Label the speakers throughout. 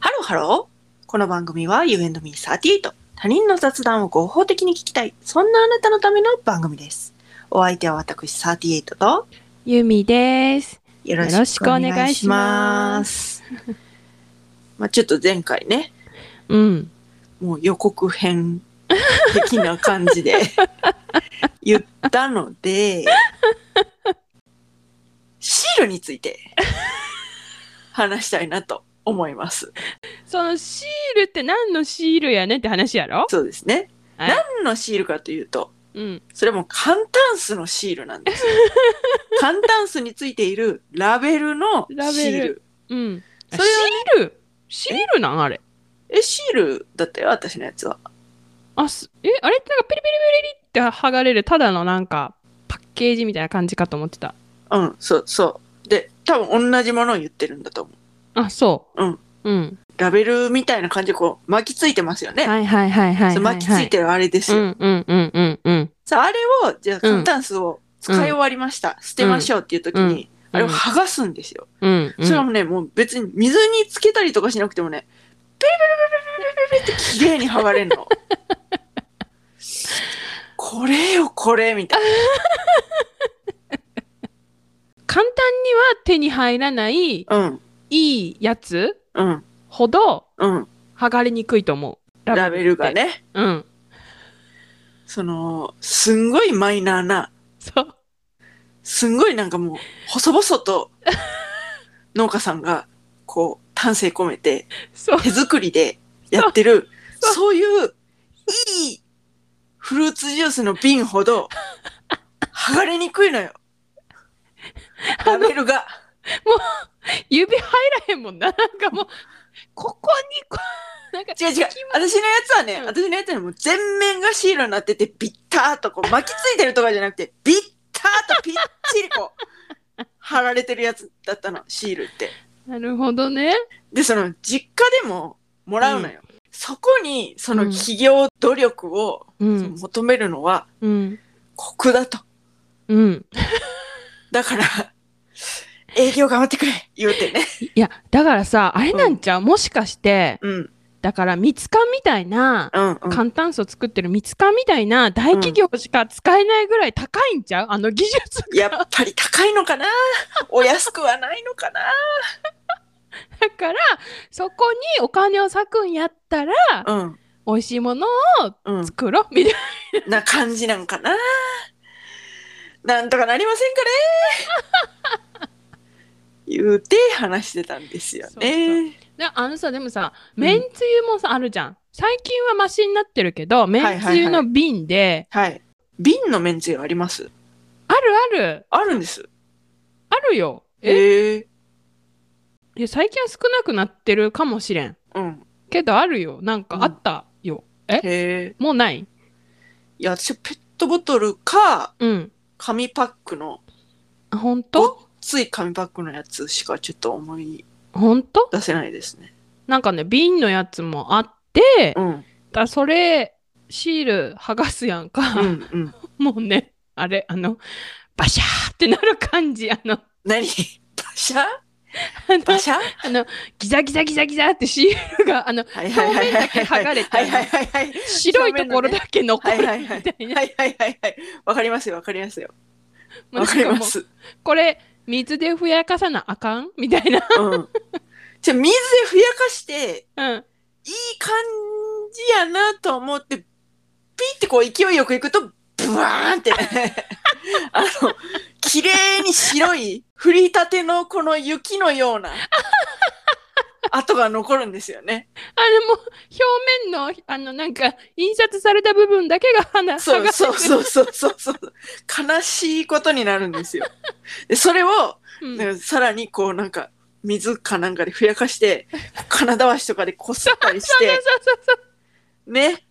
Speaker 1: ハロー。この番組は You and me38。他人の雑談を合法的に聞きたい。そんなあなたのための番組です。お相手は私38と
Speaker 2: ゆみです。
Speaker 1: よ。
Speaker 2: ろしくお願いします
Speaker 1: まあちょっと前回ね、
Speaker 2: うん。
Speaker 1: もう予告編的な感じ で言ったので、シールについ て話したいなと思います。
Speaker 2: そのシールって何のシールやねんって話やろ
Speaker 1: そうですね。
Speaker 2: はい
Speaker 1: 何のシールかというと、
Speaker 2: うん。
Speaker 1: それも簡単数のシールなん ですよ。簡単数についているラベルのシ
Speaker 2: ラベ
Speaker 1: ール
Speaker 2: ル。うん。
Speaker 1: そ
Speaker 2: シ
Speaker 1: れは
Speaker 2: ールシールなんあれ。
Speaker 1: え、シールだったよ、私のやつは。
Speaker 2: あ、すえ、あれってなんかペリペリペリリって剥がれるただのなんかパッケージみたいな感じかと思ってた。
Speaker 1: うん、そう、そう。で、多分同じものを言ってるんだと思う。
Speaker 2: あ、そう。
Speaker 1: うん。
Speaker 2: うん。
Speaker 1: ラベルみたいな感じでこう巻きついてますよね。
Speaker 2: はいはいはいはいはい、
Speaker 1: そう
Speaker 2: はい。
Speaker 1: 巻きついてるあれです
Speaker 2: う
Speaker 1: よ。
Speaker 2: んうんうんうんうん。
Speaker 1: さあ、あれを、じゃあ、簡単数を使い終わりました。捨てましょうっていう時に、
Speaker 2: うん
Speaker 1: あれを剥がすんですよ。
Speaker 2: うん、うん。
Speaker 1: それもね、もう別に水につけたりとかしなくてもね、ペリペリペリペリペリペリって綺麗に剥がれんの。これよ、これみたいな。
Speaker 2: 簡単には手に入らないい
Speaker 1: うん、
Speaker 2: いやつ
Speaker 1: うん、
Speaker 2: ほど
Speaker 1: うん。
Speaker 2: 剥がれにくいと思う。
Speaker 1: ラベルが。ね、
Speaker 2: うん。
Speaker 1: その、すんごいマイナーな、
Speaker 2: そう。
Speaker 1: すんごいなんかもう、細々と、農家さんが、こう、丹精込めて、
Speaker 2: そう。
Speaker 1: 手作りでやってる、
Speaker 2: そう
Speaker 1: そういう、いい、フルーツジュースの瓶ほど、剥がれにくいのよ。ラベルが。
Speaker 2: 指入らへんもんな。なん かもう、ここにこ、なんか、
Speaker 1: 違う違う。私のやつはね
Speaker 2: う、ん
Speaker 1: 私のやつはもう全面がシールになってて、ビッターとこう巻きついてるとかじゃなくて、ビッターとぴっちりこ う、貼られてるやつだったの、シールって。
Speaker 2: なるほどね。
Speaker 1: で、その、実家でももらうのよ。そこに、その
Speaker 2: うん
Speaker 1: 企業努力をそ
Speaker 2: う
Speaker 1: の
Speaker 2: ん。
Speaker 1: 求めるのは、
Speaker 2: うん。
Speaker 1: コクだと。
Speaker 2: うん。
Speaker 1: だから、営業頑張ってくれ言うてね。
Speaker 2: いや、だからさ、あれなんちゃう、もしかして、
Speaker 1: うん、
Speaker 2: だから、蜜缶みたいな、
Speaker 1: うん、うん。
Speaker 2: 簡単素作ってる蜜缶みたいな大企業しか使えないぐらい高いんちゃうあの技術が。
Speaker 1: やっぱり高いのかなお安くはないのかな
Speaker 2: だから、そこにお金を割くんやったら、
Speaker 1: うん、
Speaker 2: 美味しいものを
Speaker 1: うん。
Speaker 2: 作ろう、みたいな。
Speaker 1: な感じなんかななんとかなりませんかね言うて話してたんですよね。
Speaker 2: であのさ、でもさ、
Speaker 1: うん
Speaker 2: めんつゆもさ、あるじゃん。最近はマシになってるけど、めんつゆの瓶で、
Speaker 1: はい。瓶のめんつゆあります
Speaker 2: あるある
Speaker 1: あるんです。
Speaker 2: あるよ。え
Speaker 1: へえ
Speaker 2: いや最近は少なくなってるかもしれん。
Speaker 1: うん。
Speaker 2: けどあるよ。なん
Speaker 1: う
Speaker 2: か
Speaker 1: ん
Speaker 2: あったよ。え
Speaker 1: へえ。
Speaker 2: もうない
Speaker 1: いや、私ペットボトルか、
Speaker 2: うん。
Speaker 1: 紙パックの、
Speaker 2: あほんと
Speaker 1: つい紙パックのやつしかちょっと思い
Speaker 2: ほんと
Speaker 1: 出せないですね。
Speaker 2: なんかね、瓶のやつもあって、
Speaker 1: うん。
Speaker 2: だそれ、シール剥がすやんか。
Speaker 1: うんうん。
Speaker 2: もうね、あれ、あの、バシャーってなる感じ。あの、
Speaker 1: 何パシャ
Speaker 2: あの
Speaker 1: パシャ
Speaker 2: あのギザギザギザギザってシールが、あの、
Speaker 1: はいはいはいはいはい。
Speaker 2: 表面だけ剥がれて
Speaker 1: はいはいはいはい。
Speaker 2: 白いところだけ残るみたいな。
Speaker 1: はいはいはいはい。わかりますよ、わかりますよ。
Speaker 2: もう
Speaker 1: わ
Speaker 2: なん
Speaker 1: かり
Speaker 2: か
Speaker 1: ま
Speaker 2: もう
Speaker 1: す。
Speaker 2: これ、水でふやかさなあかんみたいな。
Speaker 1: うん。じゃあ水でふやかして、
Speaker 2: うん。
Speaker 1: いい感じやなと思って、ピってこう勢いよくいくと、ブワーンって、 あの、綺麗に白い、降りたてのこの雪のような、跡が残るんですよね。
Speaker 2: あれも表面のあのなんか印刷された部分だけが花
Speaker 1: そう
Speaker 2: が
Speaker 1: そうそうそうそうそう。悲しいことになるんですよ。でそれを、
Speaker 2: うん
Speaker 1: なんかさらにこうなんか水かなんかでふやかして金だわしとかでこすったりし
Speaker 2: そうそう
Speaker 1: て
Speaker 2: そうそ
Speaker 1: ね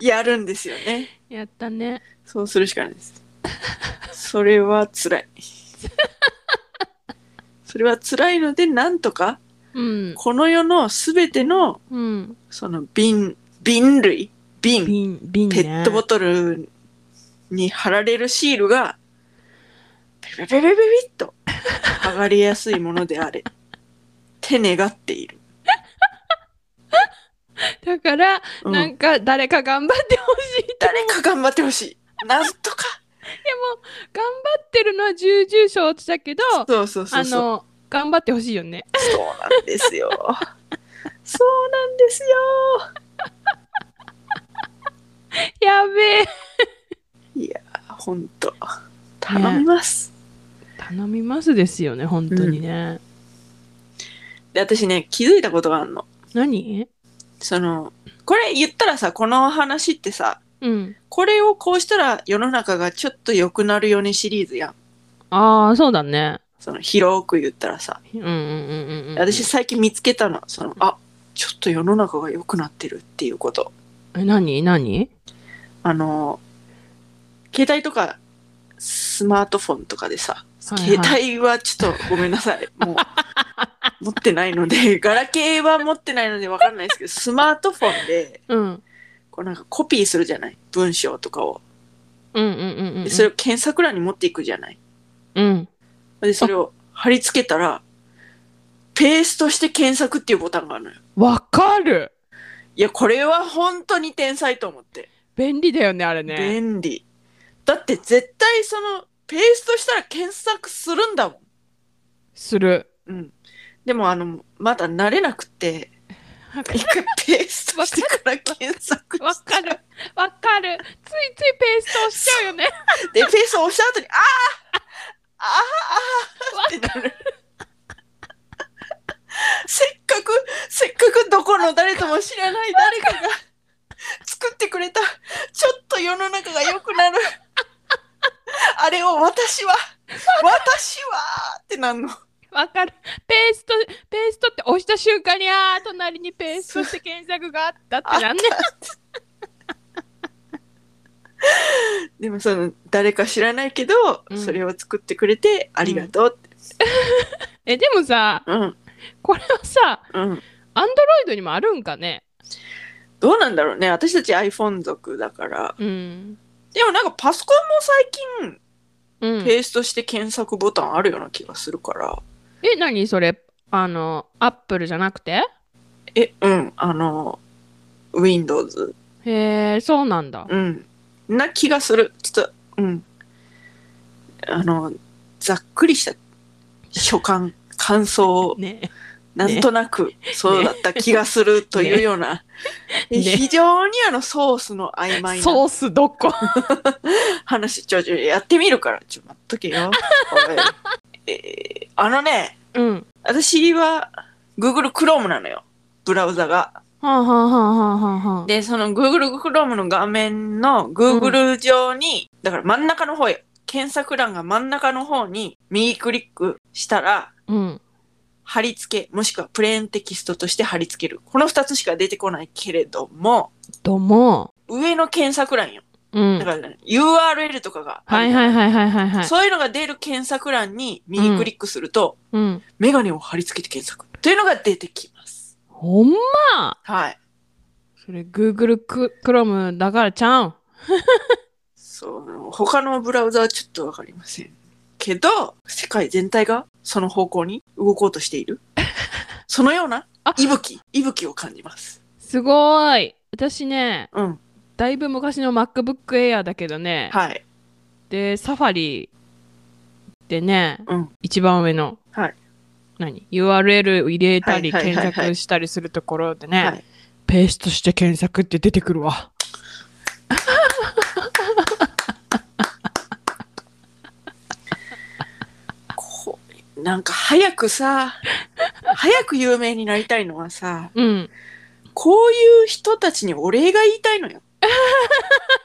Speaker 1: やるんですよね
Speaker 2: うやったね
Speaker 1: そうするしかないですそれは辛いそれは辛いのでなんとか
Speaker 2: うん
Speaker 1: この世の全ての
Speaker 2: うん
Speaker 1: その瓶瓶類瓶
Speaker 2: 瓶瓶ね
Speaker 1: ペットボトルに貼られるシールがペペペペペペペッと剥がれやすいものであれって願っている
Speaker 2: だから、
Speaker 1: うん
Speaker 2: なんか誰か頑張ってほしいと
Speaker 1: 誰か頑張ってほしい。なんとか。
Speaker 2: でも頑張ってるのは重々承知だけど
Speaker 1: そうそうそうそう。
Speaker 2: あの頑張ってほしいよね。
Speaker 1: そうなんですよ。そうなんですよ。
Speaker 2: やべえ
Speaker 1: 本当。頼みます。
Speaker 2: 頼みますですよね本当にね。
Speaker 1: で私ね気づいたことがあるの
Speaker 2: 何
Speaker 1: そのこれ言ったらさこの話ってさ
Speaker 2: うん。
Speaker 1: これをこうしたら世の中がちょっと良くなるよねシリーズやん
Speaker 2: ああそうだね。
Speaker 1: その広く言ったらさ
Speaker 2: うんうんうんうんうん。
Speaker 1: 私最近見つけたのそのあちょっと世の中が良くなってるっていうこと
Speaker 2: え何何
Speaker 1: あの携帯とかスマートフォンとかでさ、
Speaker 2: はいはい
Speaker 1: 携帯はちょっとごめんな さいもう持ってないのでガラケーは持ってないので分かんないです けどスマートフォンで
Speaker 2: うん
Speaker 1: こうなんかコピーするじゃない文章とかを
Speaker 2: うんうんうんうん。
Speaker 1: でそれを検索欄に持っていくじゃない
Speaker 2: うん。
Speaker 1: でそれを貼り付けたらペーストして検索っていうボタンがあるのよ
Speaker 2: わかる
Speaker 1: いやこれは本当に天才と思って、
Speaker 2: 便利だよねあれね。
Speaker 1: 便利だって絶対そのペーストしたら検索するんだもん
Speaker 2: する。
Speaker 1: うんでもあのまだ慣れなくて
Speaker 2: わか
Speaker 1: 一回ペーストしてから検索
Speaker 2: わかるわかるついついペースト押しちゃうよね。
Speaker 1: でペースト押した後にあああーあーってなるせっかくせっかくどこの誰とも知らない誰かが作ってくれたちょっと世の中が良くなるあれを私は私はってなんの
Speaker 2: わかる。ペースト、ペーストって押した瞬間に、あー、隣にペーストして検索があったってなんね。
Speaker 1: でもその誰か知らないけど、
Speaker 2: うん
Speaker 1: それを作ってくれてありがとうって
Speaker 2: え、でもさ、
Speaker 1: うん
Speaker 2: これはさ、
Speaker 1: うん
Speaker 2: アンドロイドにもあるんかね。
Speaker 1: どうなんだろうね私たち iPhone 族だから
Speaker 2: うん。
Speaker 1: でもなんかパソコンも最近
Speaker 2: うん、
Speaker 1: ペーストして検索ボタンあるような気がするから。
Speaker 2: え、何それあの、アップルじゃなくて
Speaker 1: え、うん、あの、Windows。
Speaker 2: へえ、そうなんだ。
Speaker 1: うん。な気がする。ちょっと、うん。あの、ざっくりした所感、感想を、
Speaker 2: ね
Speaker 1: なんとなく、そうだった気がするというような、
Speaker 2: ねね
Speaker 1: 非常にあの、ソースの曖昧な
Speaker 2: ソースどこ
Speaker 1: 話、ちょ、ちょ、やってみるから、ちょ、待っとけよ。おいえーあのね、
Speaker 2: うん。
Speaker 1: 私は Google Chrome なのよ。ブラウザが。
Speaker 2: はあ、はあはあはあはあ、
Speaker 1: で、その Google Chrome の画面の Google 上に、だから真ん中の方へ、検索欄が真ん中の方に右クリックしたら、
Speaker 2: うん。
Speaker 1: 貼り付け、もしくはプレーンテキストとして貼り付ける。この二つしか出てこないけれども、
Speaker 2: どうも。
Speaker 1: 上の検索欄よ。
Speaker 2: うん
Speaker 1: だ。から、ね URL とかがあ
Speaker 2: は
Speaker 1: る
Speaker 2: い
Speaker 1: じゃん
Speaker 2: はいはいはいはいはい。
Speaker 1: そういうのが出る検索欄に右クリックすると、
Speaker 2: うん。
Speaker 1: メガネを貼り付けて検索というのが出てきます。
Speaker 2: ほんま
Speaker 1: はい。
Speaker 2: それ Google ク Chrome だからちゃうん。
Speaker 1: そう、他のブラウザはちょっとわかりません。けど、世界全体がその方向に動こうとして いる。そのような
Speaker 2: あ
Speaker 1: 息吹、息吹を感じます。
Speaker 2: すごーい。私ね、
Speaker 1: うん。
Speaker 2: だいぶ昔の MacBook Air だけどね、
Speaker 1: はい。
Speaker 2: で、サファリでね、
Speaker 1: うん
Speaker 2: 一番上の、
Speaker 1: はい
Speaker 2: 何 ?URL を入れたり、
Speaker 1: はいはいはいは
Speaker 2: 検
Speaker 1: い
Speaker 2: 索したりするところでね、
Speaker 1: はい
Speaker 2: ペーストして検索って出てくるわ。
Speaker 1: こうなんか早くさ、早く有名になりたいのはさ、
Speaker 2: うん。
Speaker 1: こういう人たちにお礼が言いたい のよ。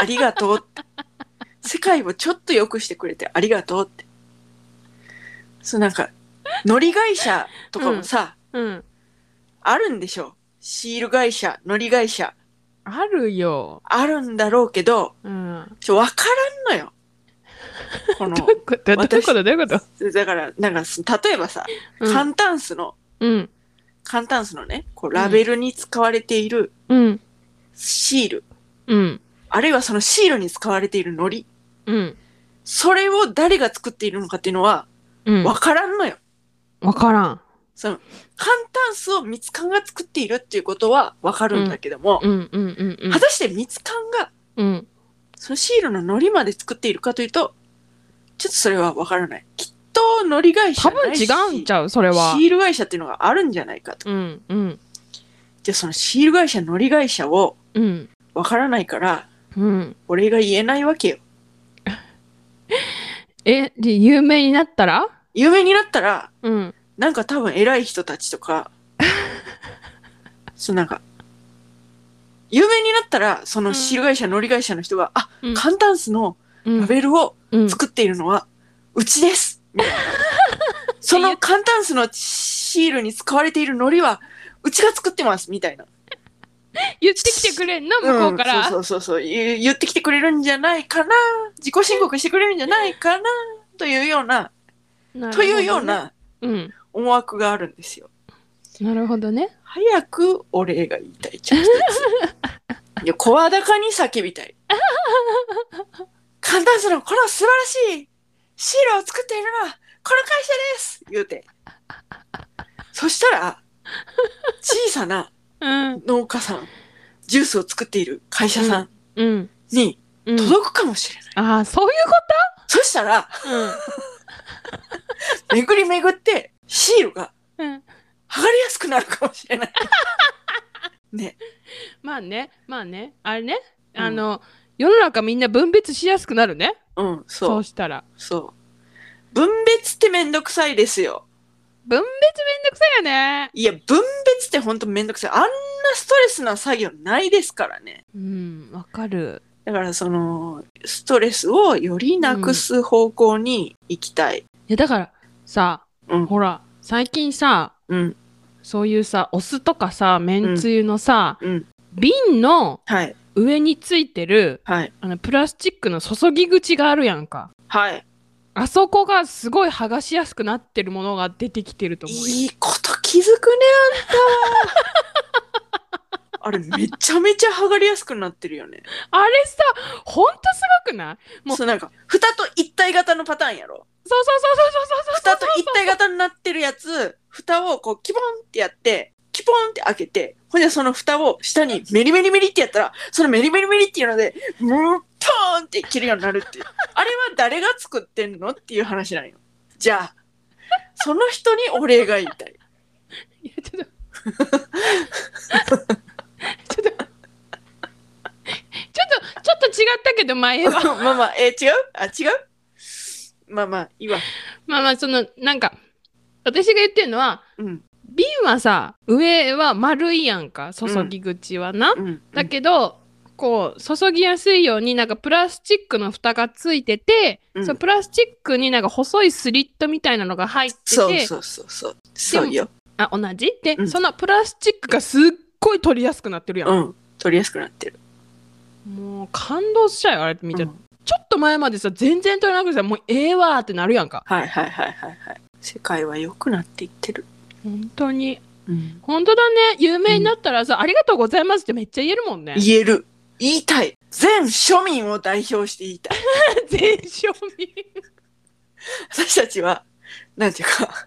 Speaker 1: ありがとうって。世界をちょっと良くしてくれてありがとうって。そうなんか、乗り会社とかもさ、
Speaker 2: うん。
Speaker 1: あるんでしょう。シール会社、乗り会社、
Speaker 2: あるよ。
Speaker 1: あるんだろうけど、
Speaker 2: うん。
Speaker 1: ちょ、わからんのよ。この
Speaker 2: どうい、うことどういうことどういうこと
Speaker 1: だから、なんか、す例えばさ、
Speaker 2: うん
Speaker 1: 簡単数の、
Speaker 2: うん。
Speaker 1: 簡単数のね、こう、ラベルに使われている
Speaker 2: うん。
Speaker 1: シール、
Speaker 2: うん。
Speaker 1: あるいはそのシールに使われている糊、
Speaker 2: うん。
Speaker 1: それを誰が作っているのかっていうのは、
Speaker 2: うん。
Speaker 1: わからんのよ。
Speaker 2: わからん。
Speaker 1: その、簡単数を蜜柑が作っているっていうことはわかるんだけども、
Speaker 2: うんうんうんうん
Speaker 1: 果たして蜜柑が、
Speaker 2: うん
Speaker 1: そのシールの糊まで作っているかというと、ちょっとそれはわからない。きっと糊会社
Speaker 2: 多分違うんち
Speaker 1: ゃ
Speaker 2: ゃうそれは
Speaker 1: シール会社っていうのがあるんじゃないかと。
Speaker 2: うんうん
Speaker 1: じゃあそのシール会社、糊会社を
Speaker 2: うん
Speaker 1: わからないから、
Speaker 2: うん
Speaker 1: 俺が言えないわけよ。
Speaker 2: えで有名になったら
Speaker 1: 有名になったら、
Speaker 2: うん
Speaker 1: なんか多分偉い人たちとか、そうなんか、有名になったら、そのシール会社、乗り会社の人が、あ、
Speaker 2: うん
Speaker 1: カンタンスの
Speaker 2: うん
Speaker 1: ラベルを
Speaker 2: うん
Speaker 1: 作っているのは、うちですみ たいなそのカンタンスのシールに使われている糊は、うちが作ってますみたいな。
Speaker 2: 言ってきてくれんな向こうから、
Speaker 1: んそうそうそうそう言言ってきてくれるんじゃないかな自己申告してくれるんじゃないかなというような
Speaker 2: なる
Speaker 1: と
Speaker 2: ほどね
Speaker 1: いうような
Speaker 2: うん
Speaker 1: 思惑があるんですよ
Speaker 2: なるほどね
Speaker 1: 早くお礼が言いたいちゃん一ついや声高に叫びたい簡単するこの素晴らしいシールを作っているのはこの会社です言うてそしたら小さな
Speaker 2: うん
Speaker 1: 農家さんジュースを作っている会社さん
Speaker 2: うん
Speaker 1: に
Speaker 2: うん
Speaker 1: 届くかもしれない、
Speaker 2: ああそういうこ
Speaker 1: そしたら、
Speaker 2: とうん
Speaker 1: 巡り巡って、シールが
Speaker 2: うん
Speaker 1: 剥がれやすくなるかもしれない。ね。
Speaker 2: まあねまあねあれね、
Speaker 1: うん
Speaker 2: あの世の中みんな分別しやすくなるね
Speaker 1: うん、
Speaker 2: そう
Speaker 1: そう、
Speaker 2: したら
Speaker 1: そう。分別ってめんどくさいですよ。
Speaker 2: 分別めんどくさいよね
Speaker 1: いや、分別ってほんとめんどくさい。あんなストレスな作業ないですからね。
Speaker 2: うんわかる
Speaker 1: だからその、ストレスをよりなくす方向に行きたい。
Speaker 2: いやだからさ
Speaker 1: うん、
Speaker 2: ほら最近さ
Speaker 1: うん、
Speaker 2: そういうさお酢とかさめんつゆのさ、
Speaker 1: うん。
Speaker 2: 瓶の
Speaker 1: はい、
Speaker 2: 上についてる
Speaker 1: はい、
Speaker 2: あのプラスチックの注ぎ口があるやんか
Speaker 1: はい。
Speaker 2: あそこがすごい剥がしやすくなってるものが出てきてると思うよ
Speaker 1: いいこと気づくね、あんた。 あれ、めちゃめちゃ剥がれやすくなってるよね。
Speaker 2: あれさほんとすごくないもう
Speaker 1: そうなんか蓋と一体型のパターンやろ
Speaker 2: そうそうそうそうそうそうそう
Speaker 1: 蓋と一体型になってるやつ蓋をこうキポンってやってキポンって開けてほんでその蓋を下にメリメリメリってやったらそのメリメリメリっていうのでムーポーンって切るようになるっていうあれは誰が作ってんのっていう話なんよじゃあその人にお礼が言いたい
Speaker 2: いやちょっとちょっとちょっとちょっと違ったけど 前は
Speaker 1: まあまあえー違うあ違うまあまあいいわ
Speaker 2: まあまあそのなんか私が言ってるのは
Speaker 1: うん
Speaker 2: 瓶はさ上は丸いやんか注ぎ口はな、
Speaker 1: うん
Speaker 2: だけどこう注ぎやすいようになんかプラスチックの蓋がついてて、
Speaker 1: うん
Speaker 2: そのプラスチックになんか細いスリットみたいなのが入ってて
Speaker 1: そうそうそうそうそうよ
Speaker 2: あ同じで、
Speaker 1: うん
Speaker 2: そのプラスチックがすっごい取りやすくなってるやん、
Speaker 1: うん取りやすくなってる
Speaker 2: もう感動しちゃうよあれ見て、
Speaker 1: うん
Speaker 2: ちょっと前までさ全然取れなくてさもうええわーってなるやんか
Speaker 1: はいはいはいはいはい。世界は良くなっていってる。
Speaker 2: 本当に
Speaker 1: うん、
Speaker 2: 本当だね有名になったらさ、ありがとうございますってめっちゃ言えるもんね
Speaker 1: 言える。言いたい。全庶民を代表して言いた い。
Speaker 2: 全庶民
Speaker 1: 私たちは、なんていうか、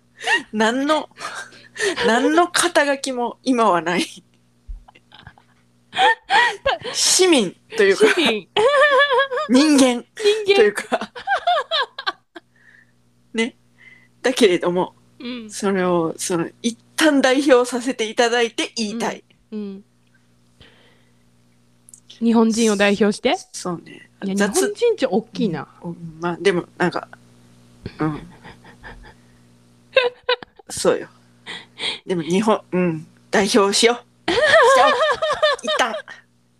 Speaker 1: 何の、 何の肩書きも今はない。市民というか、
Speaker 2: 市民
Speaker 1: 人間
Speaker 2: 人
Speaker 1: とい
Speaker 2: 間
Speaker 1: うか、 ね。だけれども、
Speaker 2: うん
Speaker 1: それを、その、一旦代表させていただいて言いたい。
Speaker 2: うん日本人を代表して
Speaker 1: そうね。
Speaker 2: いや日本
Speaker 1: 雑
Speaker 2: 人って大きいな、
Speaker 1: うんまあでもなんかうんそうよでも日本うん代表しようしちゃおう一旦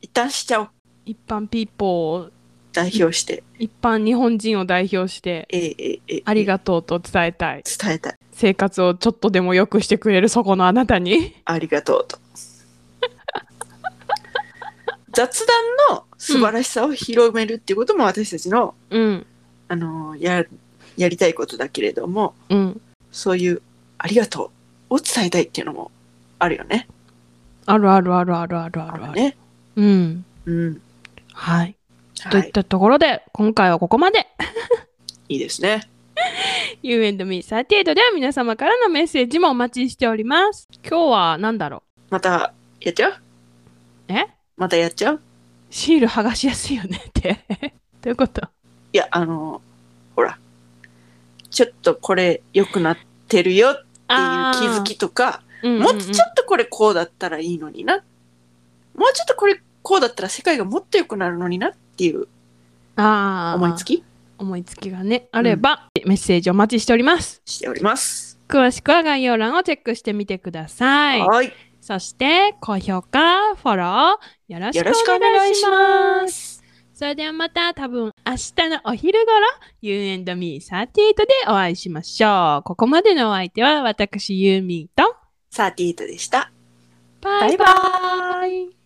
Speaker 1: 一旦しちゃおう
Speaker 2: 一般ピーポーを
Speaker 1: 代表して
Speaker 2: 一般日本人を代表して
Speaker 1: えー、えーえー
Speaker 2: あり
Speaker 1: え
Speaker 2: がとうと伝えたい
Speaker 1: ー伝えたい
Speaker 2: 生活をちょっとでも良くしてくれるそこのあなたに
Speaker 1: ありがとうと雑談の素晴らしさを広めるっていうことも私たちの、
Speaker 2: うん
Speaker 1: あのーややりたいことだけれども
Speaker 2: うん
Speaker 1: そういうありがとうを伝えたいっていうのもあるよね
Speaker 2: あるあるあるあるあるあるある
Speaker 1: ね
Speaker 2: うん
Speaker 1: うん
Speaker 2: はい、
Speaker 1: は
Speaker 2: とい
Speaker 1: い
Speaker 2: ったところで今回はここまで
Speaker 1: いいですね。
Speaker 2: You and me38 では皆様からのメッセージもお待ちしております。今日は何だろ
Speaker 1: またやっちゃう
Speaker 2: うえ
Speaker 1: またやっちゃう
Speaker 2: シール剥がしやすいよねって。 どういうこと
Speaker 1: いや、あの、ほら、ちょっとこれ良くなってるよっていう気づきとか、
Speaker 2: うんうん
Speaker 1: も
Speaker 2: う
Speaker 1: っ
Speaker 2: ん
Speaker 1: とちょっとこれこうだったらいいのにな。もうちょっとこれこうだったら世界がもっと良くなるのになっていう
Speaker 2: あー
Speaker 1: 思いつき
Speaker 2: 思いつきがねあれば、メッセージお待ちしております
Speaker 1: しております。
Speaker 2: 詳しくは概要欄をチェックしてみてください
Speaker 1: はい。
Speaker 2: そして高評価フォローよろし
Speaker 1: よ
Speaker 2: く
Speaker 1: ろしく
Speaker 2: お
Speaker 1: お
Speaker 2: 願
Speaker 1: 願
Speaker 2: い
Speaker 1: い
Speaker 2: し
Speaker 1: し
Speaker 2: ます
Speaker 1: ます。
Speaker 2: それではまた多分明日のお昼頃 You and me38 でお会いしましょうここまでのお相手は私ユーミーと
Speaker 1: サーティートでした。
Speaker 2: バイバ
Speaker 1: バイバーイ
Speaker 2: イ